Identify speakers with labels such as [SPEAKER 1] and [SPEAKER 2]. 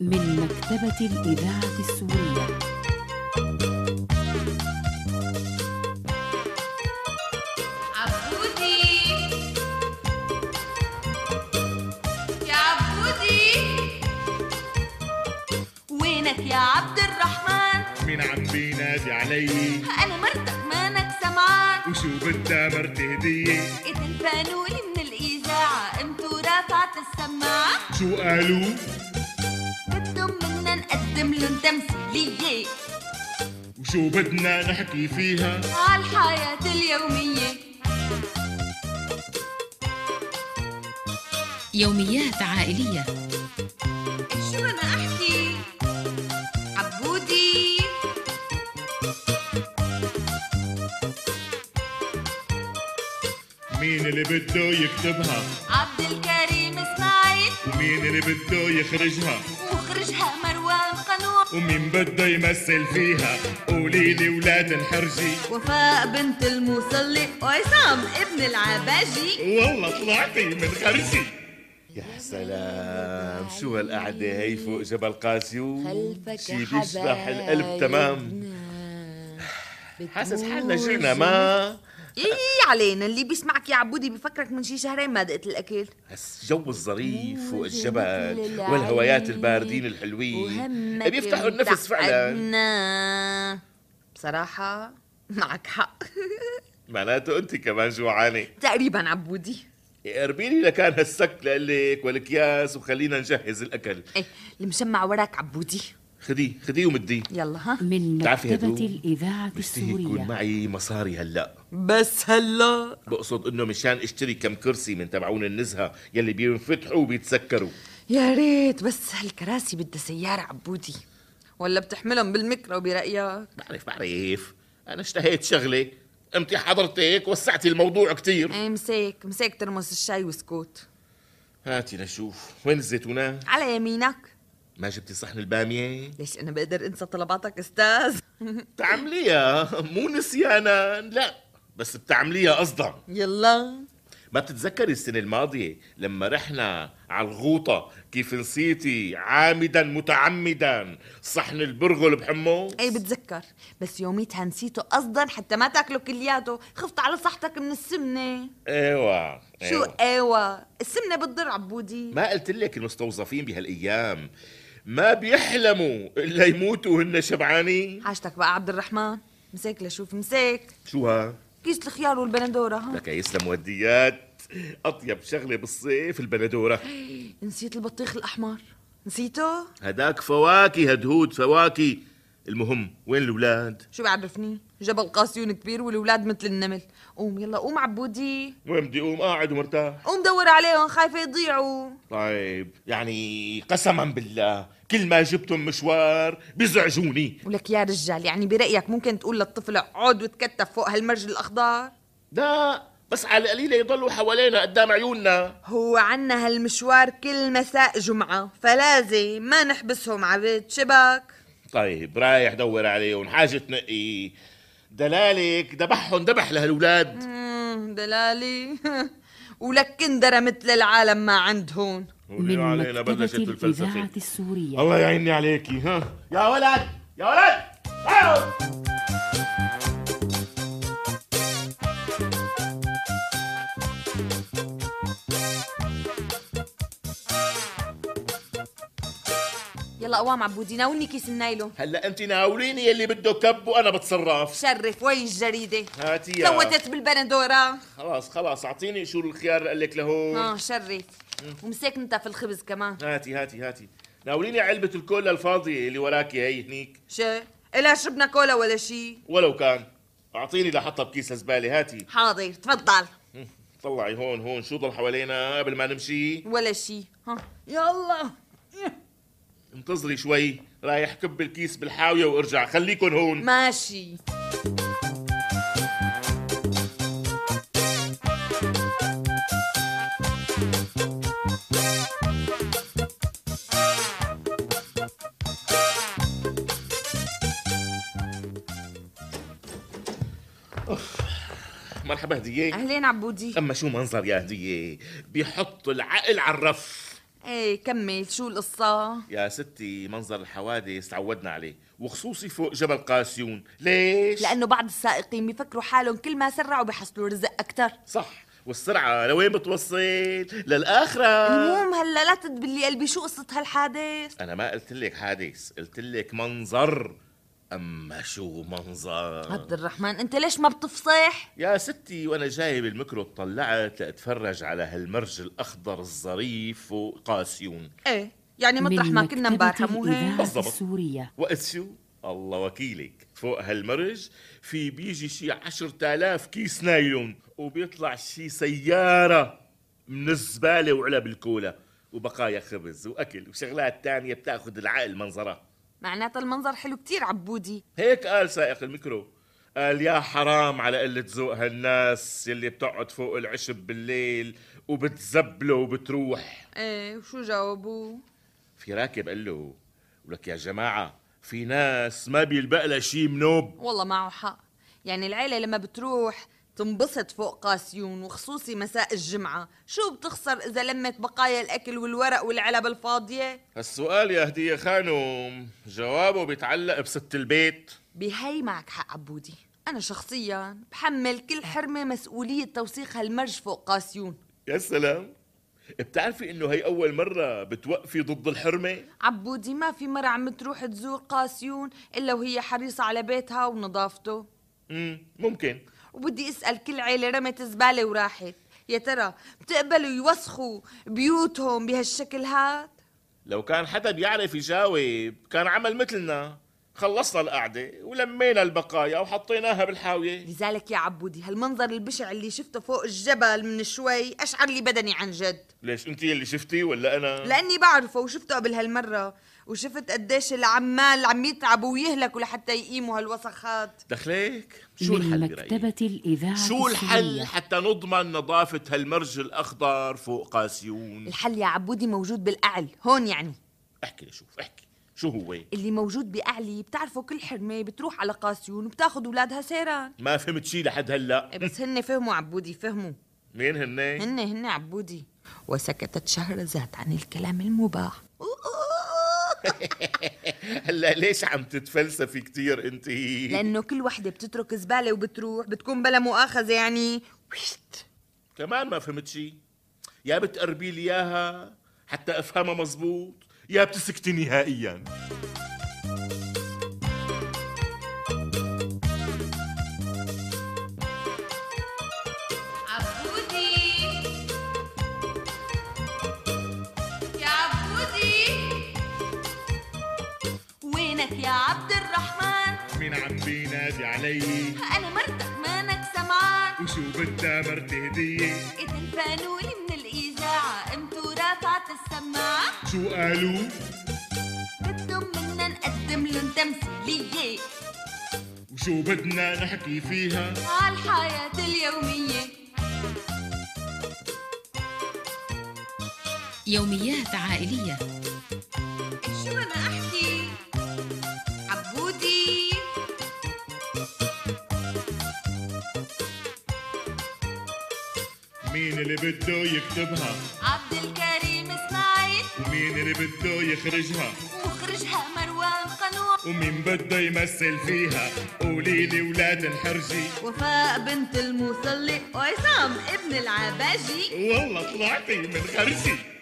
[SPEAKER 1] من مكتبة الإذاعة السورية
[SPEAKER 2] عبودي يا عبودي وينك يا عبد الرحمن
[SPEAKER 3] مين عم بينادي علي
[SPEAKER 2] انا مرتك مانك سمعان
[SPEAKER 3] وشو بدها مرتي هدية
[SPEAKER 2] اذا الفانولي من الاذاعه قمت ورافعت السماعه
[SPEAKER 3] شو قالوا
[SPEAKER 2] بدهم منا نقدم لهم تمثيليه
[SPEAKER 3] وشو بدنا نحكي فيها
[SPEAKER 2] على الحياه اليوميه
[SPEAKER 1] يوميات عائلية
[SPEAKER 2] شو انا احكي عبودي
[SPEAKER 3] مين اللي بده يكتبها
[SPEAKER 2] عبد الكريم اسماعيل
[SPEAKER 3] ومين اللي بده يخرجها
[SPEAKER 2] مخرجها مروان قنوع
[SPEAKER 3] ومين بده يمثل فيها قولي لي ولاد الحرجي
[SPEAKER 2] وفاء بنت المصلي وعصام ابن العباجي
[SPEAKER 3] والله طلعتي من خرجي
[SPEAKER 4] يا سلام شو هالقعدة هي فوق جبل قاسي و-
[SPEAKER 5] خلفك
[SPEAKER 4] شي بيشرح
[SPEAKER 2] آه،
[SPEAKER 4] القلب تمام حاسس حالنا جينا ما
[SPEAKER 5] ايه علينا اللي بيسمعك يا عبودي بفكرك من شي شهرين ما دقت الاكل
[SPEAKER 2] إيه.
[SPEAKER 4] هالجو الظريف فوق الجبل
[SPEAKER 5] مثل العين
[SPEAKER 4] والهوايات الباردين الحلوين
[SPEAKER 2] إيه،
[SPEAKER 5] وهمك
[SPEAKER 4] بيفتحوا النفس فعلا
[SPEAKER 5] متعبنا. بصراحة معك حق
[SPEAKER 4] معناته انت كمان جوعانة
[SPEAKER 5] تقريبا عبودي
[SPEAKER 4] قربيلي لكان هالسك لقلك والاكياس وخلينا نجهز الاكل
[SPEAKER 5] ايه المشمع وراك عبودي
[SPEAKER 4] خديه خديه ومديه
[SPEAKER 5] يلا ها
[SPEAKER 1] من
[SPEAKER 4] تعرفي يا
[SPEAKER 1] مكتبة
[SPEAKER 4] دو،
[SPEAKER 1] الإذاعة
[SPEAKER 4] بشتهي يكون
[SPEAKER 1] السورية
[SPEAKER 4] معي مصاري هلأ
[SPEAKER 5] بس هلا
[SPEAKER 4] بقصد انه مشان اشتري كم كرسي من تبعون النزهه يلي بينفتحوا وبيتسكروا
[SPEAKER 5] يا ريت بس هالكراسي بدها سيارة عبودي ولا بتحملهم بالمكرو برأيك
[SPEAKER 4] بعرف بعرف انا اشتهيت شغله قمتي حضرتك وسعتي الموضوع كتير
[SPEAKER 5] ايه مسيك مسيك ترمس الشاي وسكوت
[SPEAKER 4] هاتي لشوف وين الزيتونه
[SPEAKER 5] على يمينك
[SPEAKER 4] ما جبتي صحن الباميه
[SPEAKER 5] ليش انا بقدر انسى طلباتك استاذ
[SPEAKER 4] بتعمليها مو نسيانا لا بس بتعمليها قصدا
[SPEAKER 5] يلا
[SPEAKER 4] ما بتتذكري السنه الماضيه لما رحنا على الغوطه كيف نسيتي عامدا متعمدا صحن البرغل بحمه
[SPEAKER 5] اي إيه، بتذكر بس يوميتها نسيته قصدا حتى ما تاكله كلياته خفت على صحتك من السمنه
[SPEAKER 4] ايوه
[SPEAKER 5] شو
[SPEAKER 4] ايوه
[SPEAKER 5] ايوه السمنه بتضر عبودي
[SPEAKER 4] ما قلت لك المستوظفين بهالايام ما بيحلموا الا يموتوا هن شبعانين
[SPEAKER 5] حاجتك بقى عبد الرحمن مسيك لشوف مسيك
[SPEAKER 4] شو ها
[SPEAKER 5] كيس الخيار والبندوره ها
[SPEAKER 4] لك يا يسلم وديات اطيب شغله بالصيف البندوره
[SPEAKER 5] نسيت البطيخ الاحمر نسيته
[SPEAKER 4] هداك فواكه هدهود فواكه المهم وين الاولاد
[SPEAKER 5] شو بيعرفني جبل قاسيون كبير والولاد مثل النمل قوم يلا قوم عبودي
[SPEAKER 4] وين بدي اقوم قاعد ومرتاح
[SPEAKER 5] قوم دور عليهم خايفه يضيعوا
[SPEAKER 4] طيب يعني قسما بالله كل ما جبتم مشوار بيزعجوني
[SPEAKER 5] ولك يا رجال يعني برأيك ممكن تقول للطفل اقعد وتكتف فوق هالمرج الأخضر؟
[SPEAKER 4] لا بس على القليله يضلوا حوالينا قدام عيوننا
[SPEAKER 5] هو عنا هالمشوار كل مساء جمعة فلازم ما نحبسهم عبد شبك
[SPEAKER 4] طيب رايح دور عليهم حاجة تنقي دلالك ذبحهم ذبح لهالولاد
[SPEAKER 5] مم، دلالي ولك كندرة مثل العالم ما عندهن
[SPEAKER 1] من مكتبة الإذاعة السورية
[SPEAKER 4] الله يعيني عليكي ها يا ولد يا ولد آه! تعالوا.
[SPEAKER 5] يلا قوام عبودي ناولني كيس النايلون
[SPEAKER 4] هلا انت ناوليني يلي بده كب وانا بتصرف
[SPEAKER 5] شرف وي الجريدة
[SPEAKER 4] هاتي يا.
[SPEAKER 5] فوتت بالبندورة
[SPEAKER 4] خلاص خلاص اعطيني شو الخيار اللي قال لك لهون
[SPEAKER 5] اه شرف ومسك انت في الخبز كمان
[SPEAKER 4] هاتي هاتي هاتي ناوليني علبة الكولا الفاضية اللي وراكي هي هنيك
[SPEAKER 5] شو إلا شربنا كولا ولا شي
[SPEAKER 4] ولو كان اعطيني لحطها بكيس زبالة هاتي
[SPEAKER 5] حاضر تفضل
[SPEAKER 4] طلعي هون هون شو ضل حوالينا قبل ما نمشي
[SPEAKER 5] ولا شي ها يلا
[SPEAKER 4] انتظري شوي رايح كب الكيس بالحاوية وارجع خليكن هون
[SPEAKER 5] ماشي
[SPEAKER 4] مرحبا هدية
[SPEAKER 5] اهلين عبودي
[SPEAKER 4] اما شو منظر يا هدية بيحط العقل على الرف
[SPEAKER 5] ايه كمل شو القصة؟
[SPEAKER 4] يا ستي منظر الحوادث تعودنا عليه وخصوصي فوق جبل قاسيون ليش؟
[SPEAKER 5] لأنه بعض السائقين بيفكروا حالهم كل ما سرعوا بيحصلوا رزق أكتر
[SPEAKER 4] صح والسرعة لوين بتوصل؟ للآخرة
[SPEAKER 5] المهم هلا لا تدبلي قلبي شو قصة هالحادث؟
[SPEAKER 4] أنا ما قلت لك حادث قلت لك منظر أما شو منظر
[SPEAKER 5] عبد الرحمن أنت ليش ما بتفصح؟
[SPEAKER 4] يا ستي وأنا جايب الميكرو طلعت لأتفرج على هالمرج الأخضر الظريف فوق قاسيون
[SPEAKER 5] ايه يعني مطرح ما
[SPEAKER 1] من مكتبة
[SPEAKER 5] كنا امبارحة مو هيك؟
[SPEAKER 1] الإذاعة
[SPEAKER 4] بالضبط.
[SPEAKER 1] السورية
[SPEAKER 4] وقت شو؟ الله وكيلك فوق هالمرج في بيجي شي عشرة آلاف كيس نايلون وبيطلع شي سيارة من الزبالة وعلب الكولا وبقايا خبز وأكل وشغلات تانية بتاخد العقل منظرها
[SPEAKER 5] معناتها المنظر حلو كتير عبودي
[SPEAKER 4] هيك قال سائق الميكرو قال يا حرام على قلة ذوق هالناس يلي بتقعد فوق العشب بالليل وبتزبله وبتروح
[SPEAKER 5] ايه وشو جاوبوه؟
[SPEAKER 4] في راكب قال له ولك يا جماعة في ناس ما بيلبق لها شي منوب
[SPEAKER 5] والله معه حق يعني العيلة لما بتروح تنبسط فوق قاسيون وخصوصي مساء الجمعة شو بتخسر إذا لمت بقايا الأكل والورق والعلب الفاضية؟
[SPEAKER 4] هالسؤال يا هدية خانم جوابه بيتعلق بست البيت
[SPEAKER 5] بهي معك حق عبودي أنا شخصيا بحمل كل حرمة مسؤولية توسيخ هالمرج فوق قاسيون
[SPEAKER 4] يا سلام بتعرفي انه هي اول مرة بتوقفي ضد الحرمة
[SPEAKER 5] عبودي ما في مرة عم تروح تزور قاسيون إلا وهي حريصة على بيتها ونظافته
[SPEAKER 4] مم ممكن
[SPEAKER 5] وبدي اسال كل عيله رمت زباله وراحت يا ترى بتقبلوا يوسخوا بيوتهم بهالشكل هاد
[SPEAKER 4] لو كان حدا بيعرف يجاوب كان عمل مثلنا خلصنا القعدة ولمينا البقايا وحطيناها بالحاوية
[SPEAKER 5] لذلك يا عبودي هالمنظر البشع اللي شفته فوق الجبل من شوي اشعر لي بدني عن جد
[SPEAKER 4] ليش انت اللي شفتي ولا انا؟
[SPEAKER 5] لاني بعرفه وشفته قبل هالمره وشفت قديش العمال عم يتعبوا ويهلكوا لحتى يقيموا هالوسخات
[SPEAKER 4] دخليك شو
[SPEAKER 1] من
[SPEAKER 4] الحل برأيك؟
[SPEAKER 1] مكتبة الإذاعة
[SPEAKER 4] شو الحل
[SPEAKER 1] السورية.
[SPEAKER 4] حتى نضمن نظافة هالمرج الأخضر فوق قاسيون؟
[SPEAKER 5] الحل يا عبودي موجود بالقعل هون يعني
[SPEAKER 4] احكي لشوف احكي شو هو؟
[SPEAKER 5] اللي موجود بقعلي بتعرفه كل حرمه بتروح على قاسيون وبتاخذ اولادها سيران
[SPEAKER 4] ما فهمت شي لحد هلا
[SPEAKER 5] إيه بس هن فهموا عبودي فهموا
[SPEAKER 4] مين هن؟
[SPEAKER 5] هن هن عبودي وسكتت شهرزاد عن الكلام المباح
[SPEAKER 4] هلا ليش عم تتفلسفي كتير انت؟
[SPEAKER 5] لأنه كل وحدة بتترك زبالة وبتروح بتكون بلا مؤاخذة يعني وشت.
[SPEAKER 4] كمان ما فهمت شي يا بتقربي لي اياها حتى افهمها مزبوط يا بتسكتي نهائيا
[SPEAKER 2] عبودي يا عبودي وينك يا عبد الرحمن
[SPEAKER 3] مين عم بينادي علي
[SPEAKER 2] انا مرتك مانك سمعان
[SPEAKER 3] وشو بدها مرتي هدية
[SPEAKER 2] اذا الفانولي من الاذاعه قمت ورافعت السماعه
[SPEAKER 3] شو قالوا
[SPEAKER 2] بدهم منا نقدم لهم تمثيليه
[SPEAKER 3] وشو بدنا نحكي فيها
[SPEAKER 2] عالحياه اليوميه
[SPEAKER 1] يوميات عائلية
[SPEAKER 2] شو انا احكي عبودي
[SPEAKER 3] مين اللي بده يكتبها
[SPEAKER 2] عبد الكريم اسماعيل
[SPEAKER 3] ومين اللي بده يخرجها
[SPEAKER 2] مخرجها مروان قنوع
[SPEAKER 3] ومين بده يمثل فيها قولي لي ولاد الحرجي
[SPEAKER 2] وفاء بنت المصلي وعصام ابن العباجي
[SPEAKER 3] والله طلعتي من خرجي